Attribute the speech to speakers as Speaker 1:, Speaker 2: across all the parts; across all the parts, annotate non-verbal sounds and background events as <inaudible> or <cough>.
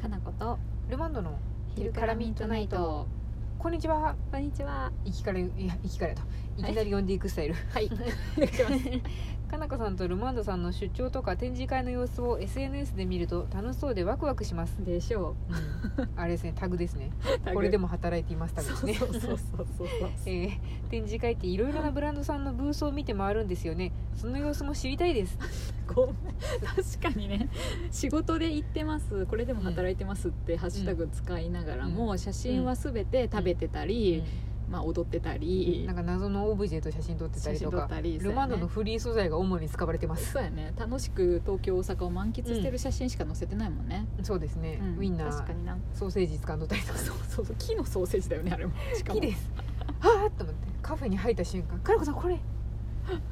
Speaker 1: 花子と
Speaker 2: ルマンドの
Speaker 1: 昼からミッドナイト
Speaker 2: こんにちは
Speaker 1: こんにちは
Speaker 2: 生きかれいや生きかれたいきなり呼んでいくスタイルはいかなこさんとルマンドさんの出張とか展示会の様子を SNS で見ると楽しそうでワクワクします、
Speaker 1: <laughs> でしょ
Speaker 2: うん、あれ
Speaker 1: <laughs>
Speaker 2: ですねタグですね
Speaker 1: う
Speaker 2: これで
Speaker 1: も
Speaker 2: も働いていますタグですね
Speaker 1: そうそうそう <laughs> そうそう
Speaker 2: えー展示会っていろいろなブランドさんのブースを見て回るんですよねその様子も知りたいです
Speaker 1: ごめん確かにね仕事で行ってますこれでも働いてますってハッシュタグ使いながらも、写真は全て食べてたり、まあ、踊ってたり
Speaker 2: なん、か謎のオブジェと写真撮って
Speaker 1: 写
Speaker 2: たり
Speaker 1: 真
Speaker 2: と
Speaker 1: 撮
Speaker 2: か
Speaker 1: ったり
Speaker 2: ルマンド
Speaker 1: そうや
Speaker 2: の
Speaker 1: ね
Speaker 2: フリー素材が主に使われてます
Speaker 1: そうやね楽しく東京大阪を満喫してる写真しか載せてないもんね、
Speaker 2: そうですね、
Speaker 1: うん
Speaker 2: ウィンナ
Speaker 1: 確か
Speaker 2: ー
Speaker 1: にな
Speaker 2: ソーセージ掴んどったりとか
Speaker 1: そうそうそう木のソーセージだよねあれもしか
Speaker 2: 好き
Speaker 1: も
Speaker 2: ですはあと思ってカフェに入った瞬間「かなこさんこれ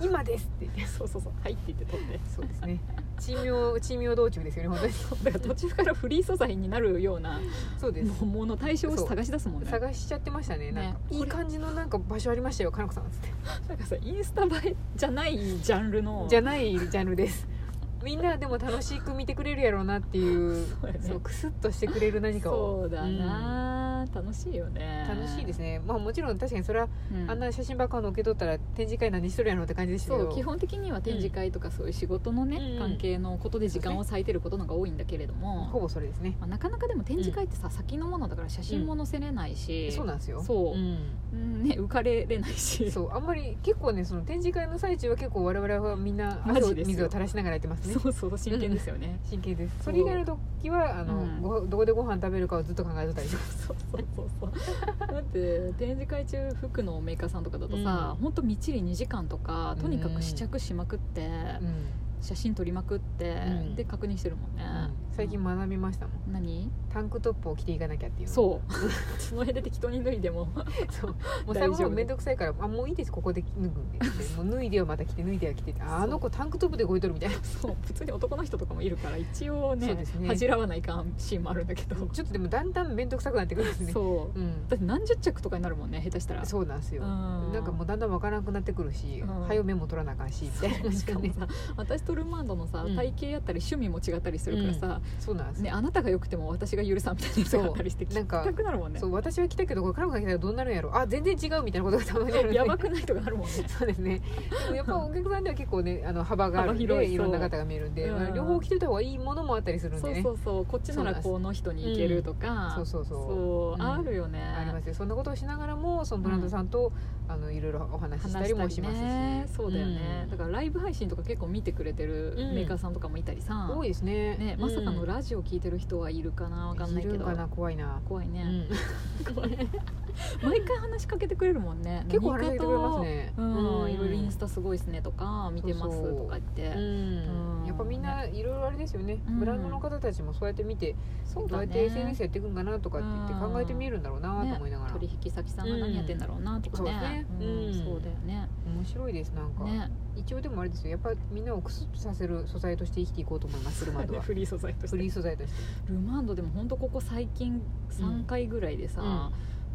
Speaker 2: 今です」って言って
Speaker 1: そうそうそう「はい」って言って撮って
Speaker 2: そうですね珍妙珍妙道中ですよね本当に
Speaker 1: だから途中からフリー素材になるような
Speaker 2: そうです
Speaker 1: もうもの対象を探し出すもんね
Speaker 2: 探しちゃってましたねなんか
Speaker 1: ね
Speaker 2: いい感じのなんか場所ありましたよかなこさんっつって
Speaker 1: なんかさインスタ映えじゃないジャンルの
Speaker 2: じゃないジャンルですみんなでも楽しく見てくれるやろうなっていう
Speaker 1: そうやね
Speaker 2: そうクスッとしてくれる何かを
Speaker 1: そうだな、楽しいよね
Speaker 2: 楽しいですねまあもちろん確かにそれは
Speaker 1: うん
Speaker 2: あんな写真ばっかの受け取ったら展示会何しとるやろうって感じでしたけ
Speaker 1: そ
Speaker 2: ど
Speaker 1: う基本的には展示会とかそういう仕事のね、
Speaker 2: うん
Speaker 1: 関係のことで時間を割いてることのが多いんだけれども、
Speaker 2: ほぼそれですね
Speaker 1: まあ、なかなかでも展示会ってさ、先のものだから写真も載せれないし、
Speaker 2: そうなんですよ
Speaker 1: そう
Speaker 2: うん
Speaker 1: うんね、浮かれれない <laughs> し
Speaker 2: そうあんまり結構ねその展示会の最中は結構我々はみんな
Speaker 1: マ
Speaker 2: 汗を
Speaker 1: ジですよ
Speaker 2: 水を垂らしながらやってますね
Speaker 1: そうそう真剣ですよね、
Speaker 2: 真剣です
Speaker 1: そ
Speaker 2: そうれ以外の時はあの、
Speaker 1: うん
Speaker 2: ごどこでご飯食べるかをずっと考えとったりします
Speaker 1: そうそうそうそうだって展示会中服のメーカーさんとかだとさ、
Speaker 2: うん
Speaker 1: ほんとみっちり2時間とかとにかく試着しまくって、
Speaker 2: うん
Speaker 1: 写真撮りまくって、
Speaker 2: うん
Speaker 1: で確認してるもんね、
Speaker 2: 最近学びましたもん
Speaker 1: 何
Speaker 2: タンクトップを着ていかなきゃっていう
Speaker 1: そう <laughs> その辺で適当に脱いでも
Speaker 2: そうも
Speaker 1: 大
Speaker 2: う
Speaker 1: 丈
Speaker 2: 最
Speaker 1: 夫
Speaker 2: 後のめんどくさいから「あもういいですここで脱ぐん
Speaker 1: <laughs>
Speaker 2: で」もう脱いでよまた着て脱いでよ着て」ああの子タンクトップで動いとるみたいな
Speaker 1: そう普通に男の人とかもいるから一応
Speaker 2: そう
Speaker 1: ね
Speaker 2: ですね
Speaker 1: 恥じらわないかんシーンもあるんだけど
Speaker 2: ちょっとでもだんだん面倒くさくなってくるんですね
Speaker 1: そう
Speaker 2: うん
Speaker 1: だって何十着とかになるもんね下手したら
Speaker 2: そうなんですよ
Speaker 1: うん
Speaker 2: なんかもうだんだんわからなくなってくるし
Speaker 1: うん
Speaker 2: 早めも取らなあかんしみたいな
Speaker 1: しかもさ私とルマンドのさ
Speaker 2: うん
Speaker 1: 体型やったり趣味も違ったりするからさ、
Speaker 2: そうなんですよ
Speaker 1: ね、あなたが良くても私が許さんみたいな人があったりして
Speaker 2: そ
Speaker 1: 聞
Speaker 2: うなん
Speaker 1: き
Speaker 2: か
Speaker 1: たくなるもんね
Speaker 2: そう私は来たけどこれカラムが来たらどうなるんやろあ全然違うみたいなことがたまにあるんで
Speaker 1: やばくないとかなるもんね
Speaker 2: <laughs> そうですねでもやっぱお客さんでは結構ねあの幅があるんで
Speaker 1: 幅広いそう
Speaker 2: いろんな方が見えるんで、
Speaker 1: うん
Speaker 2: 両方着てた方がいいものもあったりするん
Speaker 1: そ
Speaker 2: で
Speaker 1: う
Speaker 2: ね
Speaker 1: そうそうこっちならこの人に行けるとか
Speaker 2: そうそうそう
Speaker 1: そう
Speaker 2: うん
Speaker 1: あるよね、
Speaker 2: ありますよそんなことをしながらもそのブランドさんと、あのいろいろお話ししたりもしますし、
Speaker 1: ねそうだよね、だからライブ配信とか結構見てくれてる
Speaker 2: うん
Speaker 1: メーカーさんとかもいたりさ、
Speaker 2: 多いですね
Speaker 1: ね、まさかの
Speaker 2: ラ
Speaker 1: ラジオ聞いてる人はいるかなわかんないけ
Speaker 2: いる
Speaker 1: ど
Speaker 2: かな怖いな、
Speaker 1: 怖いうね、
Speaker 2: ん、
Speaker 1: 怖い <laughs> 毎回話しかけてくれるもんね
Speaker 2: 結構話しかけてくれますね
Speaker 1: 何かとうん、いろいろインスタすごいですねとか見てます
Speaker 2: そうそう
Speaker 1: とか言って
Speaker 2: うん
Speaker 1: うん
Speaker 2: やっぱみんないろいろあれですよね、
Speaker 1: うん
Speaker 2: ブランドの方たちもそうやって見て
Speaker 1: そう
Speaker 2: どう
Speaker 1: だ
Speaker 2: やっ
Speaker 1: ね
Speaker 2: て SNS やっていくんかなとかって言って考えてみるんだろうなと思いながら、
Speaker 1: 取引先さんが何やってんだろうなとかね,、
Speaker 2: うんそうですねうん
Speaker 1: そうだよね
Speaker 2: 面白いですなんか、
Speaker 1: ね
Speaker 2: 一応でもあれですよやっぱみんなをクスッとさせる素材として生きていこうと思いますルマ
Speaker 1: <laughs>
Speaker 2: ンドは
Speaker 1: フリー素材と
Speaker 2: フリー素材として、
Speaker 1: ルマンドでも本当ここ最近3回ぐらいでさ、も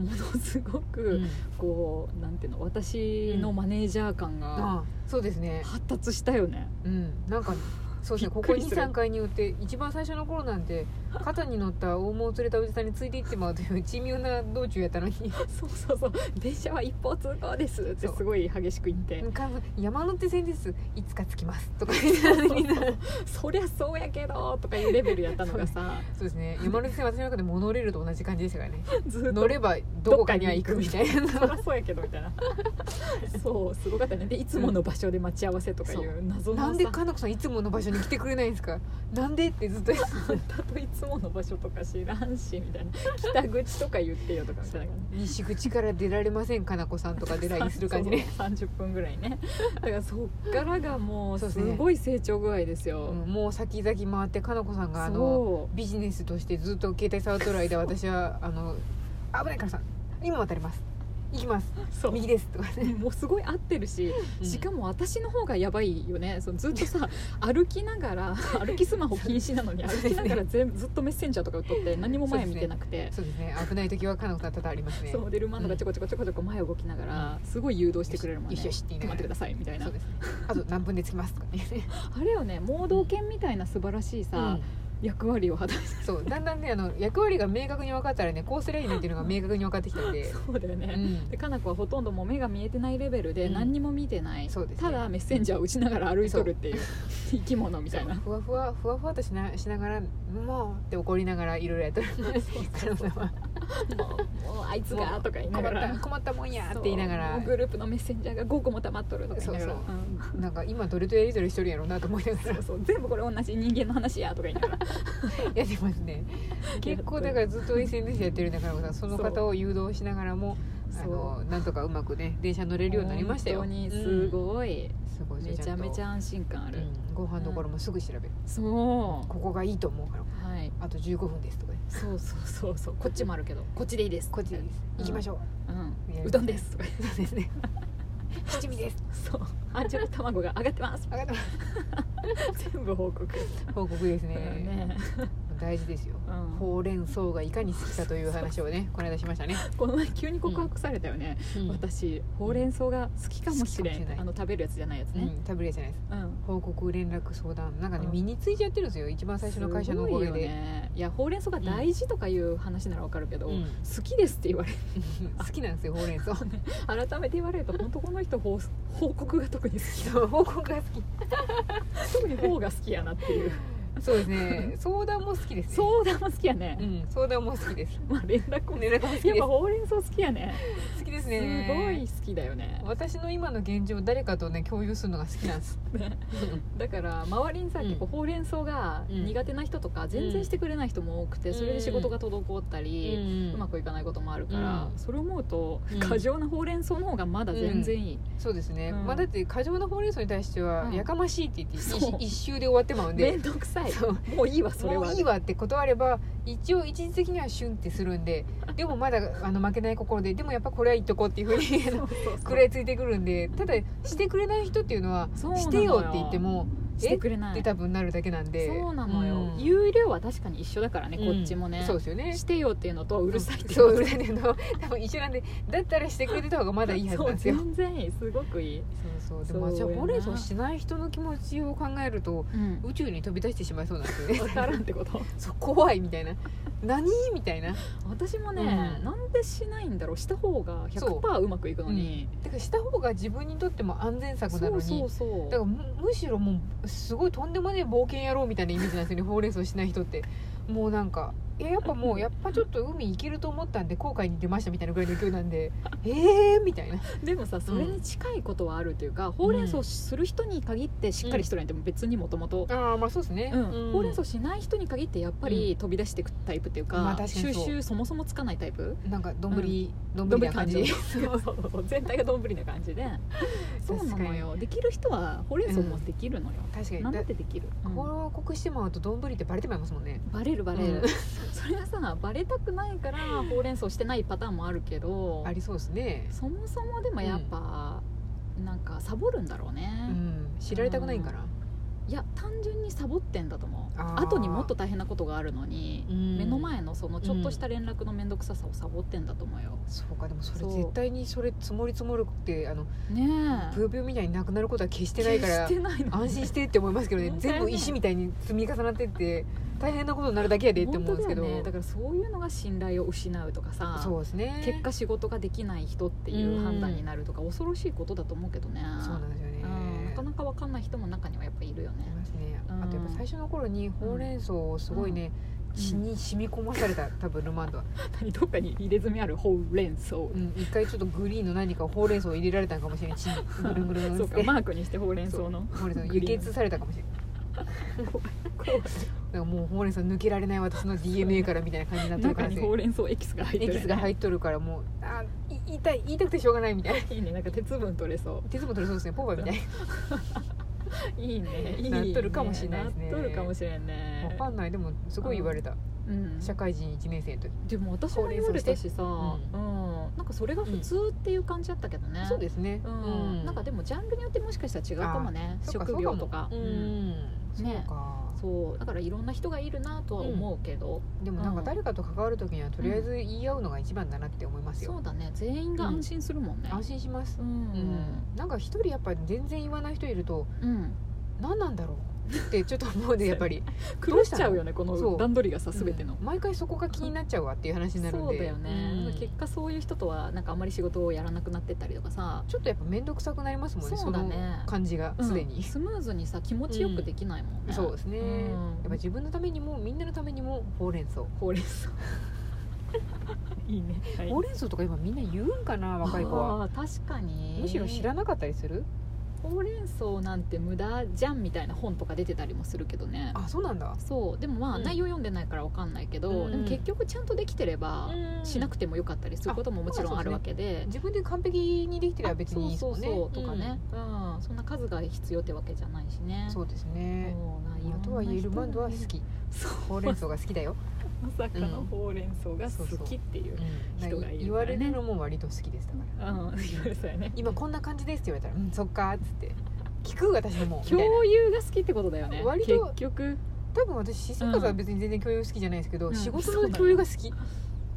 Speaker 1: のすごく、
Speaker 2: うん
Speaker 1: こうなんていうの私のマネージャー感が
Speaker 2: ああそうですね
Speaker 1: 発達したよね、
Speaker 2: うんなんかそうですね
Speaker 1: び
Speaker 2: こ
Speaker 1: っ
Speaker 2: こ
Speaker 1: くりする
Speaker 2: 23回によって一番最初の頃なんて肩に乗った大物を連れたおじさんについていってまうという <laughs> 珍妙な道中やったのに
Speaker 1: <laughs>
Speaker 2: <laughs>
Speaker 1: そうそうそう電車は一方通行ですって
Speaker 2: そう
Speaker 1: すごい激しく言って
Speaker 2: なんか山手線ですいつか着きますとか言ってた
Speaker 1: <laughs>
Speaker 2: のになそう
Speaker 1: そりゃそうやけどとかいうレベルやったのが <laughs> さ
Speaker 2: ですね山手線私の中でモノレールと同じ感じでしたからね
Speaker 1: ずっと
Speaker 2: 乗ればどこかには行くみたいな
Speaker 1: そりゃそうやけどみた <laughs> いなそうすごかったねでいつもの場所で待ち合わせとかい
Speaker 2: そう
Speaker 1: う謎の
Speaker 2: な
Speaker 1: さ
Speaker 2: んでかなこさんいつもの場所に来てくれないんですかなんでってずっと言って
Speaker 1: あんたといつもの場所とか知らんしみたいな北口とか言ってよとかみたいな
Speaker 2: 西口から出られませんかなこさんとか出られする感じね、
Speaker 1: そう30分ぐらいねだからそっからがもう
Speaker 2: そうですすね
Speaker 1: ごい成長具合です
Speaker 2: う
Speaker 1: よ
Speaker 2: んもう先々回ってかなこさんがあの
Speaker 1: そ
Speaker 2: ビジネスとしてずっと携帯触っとる間私はあの危ないからさ今渡ります行きます
Speaker 1: うそう
Speaker 2: 右ですとかね、
Speaker 1: <laughs> もうすごい合ってるし、
Speaker 2: うん
Speaker 1: しかも私の方がやばいよねそのずっとさ <laughs> 歩きなが
Speaker 2: <laughs>
Speaker 1: ら歩きスマホ禁止なのに歩きながら全ずっとメッセンジャーとか打っと
Speaker 2: <laughs>
Speaker 1: って何も前見てなくて
Speaker 2: そうですね危ない時はかなこさん多々ありますね
Speaker 1: そうでルマンドがちょこちょこちょこちょこ前を動きながらすごい誘導してくれるもんね
Speaker 2: よしよしって言いな
Speaker 1: 待
Speaker 2: が
Speaker 1: ってく
Speaker 2: ら
Speaker 1: ださいみたい
Speaker 2: そ
Speaker 1: な
Speaker 2: うですねあと何分で着きますとかね
Speaker 1: あれよね盲導犬みたいな素晴らしいさ、役割を果たし
Speaker 2: そうだんだんねあの役割が明確に分かったらねこうすりゃいいねっていうのが明確に分かってきたんで、
Speaker 1: そうだよ
Speaker 2: う
Speaker 1: ね、
Speaker 2: ん
Speaker 1: で、かな子はほとんどもう目が見えてないレベルで
Speaker 2: うん
Speaker 1: 何にも見てない、
Speaker 2: そうですね
Speaker 1: ただメッセンジャーを打ちながら歩いとるっていう生き物みたいな
Speaker 2: ふわふわふわふわとしなしながら「もう!」って怒りながらいろいろやってる
Speaker 1: そうそう
Speaker 2: 困
Speaker 1: もうもうあいつがとか言いなが
Speaker 2: った
Speaker 1: ら
Speaker 2: 困ったもんやって言いなが
Speaker 1: そう
Speaker 2: ら
Speaker 1: もうグループのメッセンジャーが5個も溜まっとるとか言いながら
Speaker 2: そう
Speaker 1: うん
Speaker 2: なんか今どれとやり取りしとるんやろうなと思いながら
Speaker 1: そうそう全部これ同じ人間の話やとか言いながら
Speaker 2: やってますね <laughs> 結構だからずっと SNS やってる中村さんその方を誘導しながらもあのなんとかうまくね電車乗れるようになりましたよ
Speaker 1: 本当にす
Speaker 2: い、
Speaker 1: ごい、
Speaker 2: うんすごい
Speaker 1: めちゃめち
Speaker 2: ゃ
Speaker 1: ゃ
Speaker 2: ん
Speaker 1: 安心感あ
Speaker 2: と
Speaker 1: る、
Speaker 2: うんご飯どころもすぐ調べる、
Speaker 1: そう
Speaker 2: ここがいいと思うから
Speaker 1: はい
Speaker 2: あと15分ですとかね
Speaker 1: そうそうそうそうこっちもあるけどこっちでいいです
Speaker 2: こっちです行きましょう、
Speaker 1: うん、うどんですとか
Speaker 2: そうですね七味です
Speaker 1: そうアンチョビ卵が上がって <laughs> ます
Speaker 2: 上がってます
Speaker 1: 全部報告
Speaker 2: <laughs> 報告ですね
Speaker 1: ね、
Speaker 2: 大事ですよ
Speaker 1: うん、
Speaker 2: ほうれん草がいかに好きかという話をねこの間しましたね、
Speaker 1: この前急に告白されたよね、私ほうれん草が好きかもしれ
Speaker 2: 好きかもし
Speaker 1: ん
Speaker 2: れない
Speaker 1: あの食べるやつじゃないやつ
Speaker 2: う
Speaker 1: ね、
Speaker 2: ん、タブレじゃないです
Speaker 1: うん
Speaker 2: 報告連絡相談なんかね、
Speaker 1: うん
Speaker 2: 身についちゃってるんですよ一番最初の会社のお
Speaker 1: す
Speaker 2: か
Speaker 1: ごい
Speaker 2: げ
Speaker 1: よ
Speaker 2: で、
Speaker 1: ねいやほうれん草が大事とかいう話ならわかるけど、
Speaker 2: うん
Speaker 1: 好きですって言われる
Speaker 2: <laughs>
Speaker 1: <laughs>
Speaker 2: 好きなんですよほうれん草
Speaker 1: 改めて言われると本当この人報報告が特に好 <laughs> き
Speaker 2: そう報告が好
Speaker 1: 特に方が好きやなって <laughs> いう
Speaker 2: きそうですね相談も好きですね
Speaker 1: 相談も好きやね、
Speaker 2: ん、相談も好きです
Speaker 1: まあ連絡も
Speaker 2: 連絡も好き
Speaker 1: やっ
Speaker 2: です
Speaker 1: ぱほうれん草好きやね
Speaker 2: 好きです
Speaker 1: すごい
Speaker 2: ね
Speaker 1: 好きだよね
Speaker 2: 私の今の現状を誰かとね共有するのが好きなんです
Speaker 1: だから周りにさ、
Speaker 2: うん
Speaker 1: 結構ほうれん草が苦手な人とか全然してくれない人も多くて、
Speaker 2: うん
Speaker 1: それで仕事が滞ったり、うま
Speaker 2: まく
Speaker 1: くいかないこともあるから、
Speaker 2: うん
Speaker 1: それ思うと、
Speaker 2: うん
Speaker 1: 過剰なほうれん草の方がまだ全然いい、
Speaker 2: そうですね、
Speaker 1: うん
Speaker 2: まあだって過剰なほうれん草に対しては
Speaker 1: うん
Speaker 2: やかましいって言って一,、
Speaker 1: そう
Speaker 2: 一周で終わってまうんで
Speaker 1: めんどくさい
Speaker 2: そう
Speaker 1: もういいわそれ
Speaker 2: も
Speaker 1: は
Speaker 2: ういいわって断れば一応一時的にはシュンってするん
Speaker 1: <laughs>
Speaker 2: ででもまだあの負けない心ででもやっぱこれは言っとこうっていうふうにあ
Speaker 1: そ
Speaker 2: の
Speaker 1: うそうそう
Speaker 2: 食らいついてくるんでただしてくれない人っていうのは
Speaker 1: そうなの
Speaker 2: してよって言っても
Speaker 1: してくれな
Speaker 2: で
Speaker 1: い
Speaker 2: 多分なるだけなんで
Speaker 1: そうなのよ、
Speaker 2: うん
Speaker 1: 有料は確かに一緒だからね、
Speaker 2: うん
Speaker 1: こっちもね
Speaker 2: そうですよね
Speaker 1: してよっていうのとうるさいってい
Speaker 2: そ
Speaker 1: う
Speaker 2: うう
Speaker 1: の
Speaker 2: るさいっていうのは <laughs> 多分一緒なんでだったらしてくれてた方がまだいいはずなんですよ
Speaker 1: そう全然いいすごくいい、
Speaker 2: そうそうで
Speaker 1: そう
Speaker 2: も
Speaker 1: やな
Speaker 2: じゃあほうれん草しない人の気持ちを考えると
Speaker 1: うん、
Speaker 2: 宇宙に飛び出してしまいそうなんですよ <laughs> ね
Speaker 1: 分からんってこと
Speaker 2: そう怖いみたいな何みたいな
Speaker 1: 私もね、
Speaker 2: うん
Speaker 1: なんでしないんだろうした方が
Speaker 2: そう
Speaker 1: 100%うまくいくのに
Speaker 2: だからした方が自分にとっても安全策なのに
Speaker 1: そうそうそ
Speaker 2: だから
Speaker 1: う
Speaker 2: むむしろもうすごいとんでもねえ冒険野郎みたいなイメージなんですよねほうれん草しない人ってもうなんかいややっ
Speaker 1: <laughs>
Speaker 2: ぱもうやっぱちょっと海行けると思ったんで後悔に出ましたみたいなぐらいの勢いなんでええみたいな
Speaker 1: でもさそれに近いことはあるというか、ほうれん草する人に限ってしっかりしとるんやっても別にもともと
Speaker 2: ああまあそうですね、
Speaker 1: ほうれん草しない人に限ってやっぱり飛び出していくタイプっていうか,、
Speaker 2: まあ確か
Speaker 1: 収
Speaker 2: にそう
Speaker 1: 集そもそもつかないタイプ
Speaker 2: なんかどんぶり、どん
Speaker 1: ど
Speaker 2: ぶ
Speaker 1: ん
Speaker 2: り
Speaker 1: ぶ
Speaker 2: な
Speaker 1: り
Speaker 2: 感
Speaker 1: 感
Speaker 2: じ
Speaker 1: じ
Speaker 2: <laughs>
Speaker 1: そうそうそう全体がどんぶりな感じでそうなのよできる人はほうれん草もできるのよ、
Speaker 2: 確かに
Speaker 1: なんだ
Speaker 2: だ
Speaker 1: ってできる、うん
Speaker 2: 報告してもらうとどんぶりってバレてまいりますもんね
Speaker 1: バレるバレる、
Speaker 2: うん
Speaker 1: <laughs> それがさバレたくないからほうれん草してないパターンもあるけど
Speaker 2: ありそうですね
Speaker 1: そもそもでもやっぱ、なんかサボるんだろうね、
Speaker 2: うん知られたくないんかな、
Speaker 1: いや単純にサボってんだと思う
Speaker 2: あー
Speaker 1: 後にもっと大変なことがあるのに、
Speaker 2: うん
Speaker 1: 目の前のそのちょっとした連絡の面倒くささをサボってんだと思うよ、
Speaker 2: そうかでもそれ
Speaker 1: そう
Speaker 2: 絶対にそれ積もり積もるってあの
Speaker 1: ねえ
Speaker 2: ブーブーみたいになくなることは決してないから
Speaker 1: 決してないの
Speaker 2: 安心してって思いますけどね
Speaker 1: 本当だね
Speaker 2: 全部石みたいに積み重なってって大変なことになるだけやでって思うんですけど、
Speaker 1: 本当だよねだからそういうのが信頼を失うとかさ
Speaker 2: そうですね
Speaker 1: 結果仕事ができない人っていう判断になるとか恐ろしいことだと思うけどね
Speaker 2: そうなんですよね
Speaker 1: うんなかなか分かんない人も中にはやっぱいるよね
Speaker 2: いますね
Speaker 1: うん
Speaker 2: あとやっぱ最初の頃にほうれん草をすごいね、
Speaker 1: ん
Speaker 2: 血に染み込まされた多分ルマンドは、
Speaker 1: 何どっかに入れ墨あるほうれん草
Speaker 2: うん、一回ちょっとグリーンの何かほうれん草を入れられたんかもしれない血にぐるんぐるん
Speaker 1: そ
Speaker 2: っ
Speaker 1: う
Speaker 2: て
Speaker 1: かマークにしてほうれん草の
Speaker 2: ほうれん草
Speaker 1: グ
Speaker 2: 輸
Speaker 1: リーン
Speaker 2: 血されたかもしれないだからもうほうれん草抜けられない私の DNA からみたいな感じになってるか
Speaker 1: 中
Speaker 2: ら
Speaker 1: にほうれん草エキスが入って
Speaker 2: エ
Speaker 1: る
Speaker 2: キスが入っとるからもうあい言いたい言いたくてしょうがないみ
Speaker 1: <laughs>
Speaker 2: たいない
Speaker 1: いねなんか鉄分取れそ
Speaker 2: 鉄も取れそうですねポーバーみたいな
Speaker 1: ういいねいいね
Speaker 2: なっとるかもしれないですね
Speaker 1: なっとるかもしれんね
Speaker 2: わかんないでもすごい言われた
Speaker 1: うん
Speaker 2: 社会人1年生の時
Speaker 1: でも私も言われたしさ
Speaker 2: う
Speaker 1: うんなんかそれが普通っていう感じだったけどね
Speaker 2: そうですね
Speaker 1: うんなんかでもジャンルによってもしかしたら違うかもね
Speaker 2: そう
Speaker 1: 職業とか
Speaker 2: そうもう
Speaker 1: うん
Speaker 2: んそう
Speaker 1: ね
Speaker 2: か
Speaker 1: そうだからいろんな人がいるなとは思うけど
Speaker 2: でもなんか誰かと関わる時にはとりあえず言い合うのが一番だなって思います
Speaker 1: そ
Speaker 2: よ
Speaker 1: うだね全員が安心するもんね
Speaker 2: 安心します
Speaker 1: う
Speaker 2: うん
Speaker 1: ん
Speaker 2: なんか一人やっぱ全然言わない人いると
Speaker 1: うん
Speaker 2: 何なんだろうってちょっと思うねやっぱり
Speaker 1: 狂っちゃうよねこ
Speaker 2: そ
Speaker 1: の
Speaker 2: う
Speaker 1: 段取りがさ <laughs> 全ての
Speaker 2: うん、毎回そこが気になっちゃうわっていう話になるんで
Speaker 1: そうだよね、
Speaker 2: うん
Speaker 1: 結果そういう人とはなんかあんまり仕事をやらなくなってったりとかさ
Speaker 2: ちょっとやっぱ面倒くさくなりますもんね
Speaker 1: そうだね
Speaker 2: の感じがすでに
Speaker 1: うん、スムーズにさ気持ちよくできないもんね、
Speaker 2: <laughs> そうですね、
Speaker 1: うん
Speaker 2: やっぱ自分のためにもみんなのためにもほうれん草
Speaker 1: ほうれん草 <laughs> いいね、はい
Speaker 2: ほうれん草とか今みんな言うんかな若い子は
Speaker 1: あー確かに
Speaker 2: むしろ知らなかったりする
Speaker 1: ほうれん草なんて無駄じゃんみたいな本とか出てたりもするけどね
Speaker 2: あそうなんだ
Speaker 1: そうでもまあ、
Speaker 2: うん
Speaker 1: 内容読んでないからわかんないけど、
Speaker 2: うん
Speaker 1: でも結局ちゃんとできてれば、しなく
Speaker 2: て
Speaker 1: てもよかったりすることももちろんあるわけで。
Speaker 2: 自分で完璧にできてりゃ別にいいです
Speaker 1: そ
Speaker 2: も
Speaker 1: うん
Speaker 2: ね
Speaker 1: そうそうとかね、うんそんな数が必要ってわけじゃないしね
Speaker 2: うんそうですね
Speaker 1: そうないろん
Speaker 2: ま
Speaker 1: な
Speaker 2: あとはいえルマンドは好き
Speaker 1: そう
Speaker 2: ほうれん草が好きだよ、
Speaker 1: まさかの
Speaker 2: うん
Speaker 1: ほうれん草が
Speaker 2: そうそう
Speaker 1: 好きっていう
Speaker 2: う、
Speaker 1: 人が
Speaker 2: ん
Speaker 1: いるからね
Speaker 2: 言われるのも割と好きですだから
Speaker 1: うん、言われたよね
Speaker 2: <laughs> 今こんな感じですって言われたら「うんそっか」っつって聞く私ももうみたいな
Speaker 1: 共有が好きってことだよね
Speaker 2: 割
Speaker 1: 結
Speaker 2: と
Speaker 1: 局
Speaker 2: 多分私私生活は別に全然共有好きじゃないですけど、
Speaker 1: うん
Speaker 2: 仕事の共有が好き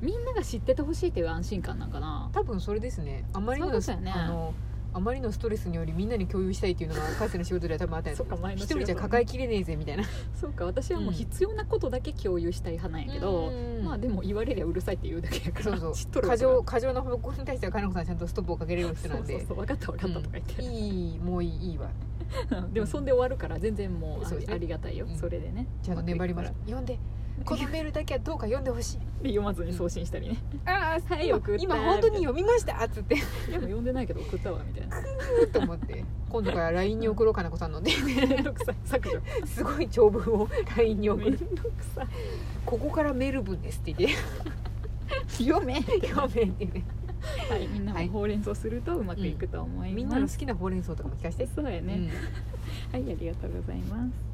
Speaker 1: みんなが知っててほしいっていう安心感なんかな
Speaker 2: 多分それですねあまり
Speaker 1: そうい
Speaker 2: の
Speaker 1: うことだよね
Speaker 2: あのあまりのストレスによりみんなに共有したいっていうのがかつての仕事では多分あったんです
Speaker 1: そっか前の
Speaker 2: 一
Speaker 1: 仕事
Speaker 2: 人じゃ抱えきれねえぜみたいな
Speaker 1: そうか私はもう必要なことだけ共有したい派なんやけど、まあでも言われりゃうるさいって言うだけやから
Speaker 2: そうそう
Speaker 1: 知っとるわ
Speaker 2: 過剰過剰な方向に対してはかのこさんちゃんとストップをかけれる
Speaker 1: そ
Speaker 2: 人な
Speaker 1: うんそ
Speaker 2: で
Speaker 1: うそう分かった分かったとか言って、
Speaker 2: いいもういいいいわ
Speaker 1: <laughs> でもそんで終わるから全然もうあ
Speaker 2: そうですね
Speaker 1: ありがたいよ、
Speaker 2: うん
Speaker 1: それでね
Speaker 2: ちゃんと粘り
Speaker 1: <laughs>
Speaker 2: ます読んでこのメールだけはどうか読んでほしい
Speaker 1: で読まずに送信したりね
Speaker 2: ああ
Speaker 1: はい
Speaker 2: 今
Speaker 1: 送った
Speaker 2: 今本当に読みましたっつって
Speaker 1: いやもう読んでないけど送ったわみたい <laughs> な
Speaker 2: <laughs> と思って今度から LINE に送ろうかなこさんので
Speaker 1: めんどくさい削除
Speaker 2: すごい長文を LINE に送
Speaker 1: めん
Speaker 2: る
Speaker 1: どくさい
Speaker 2: ここからメール文ですって言って
Speaker 1: 読め
Speaker 2: <laughs> 読めってね
Speaker 1: はいみんなもほうれん草するとうまくいくと思います、
Speaker 2: みんなの好きなほうれん草とかも聞かせて
Speaker 1: そうやね、はいありがとうございます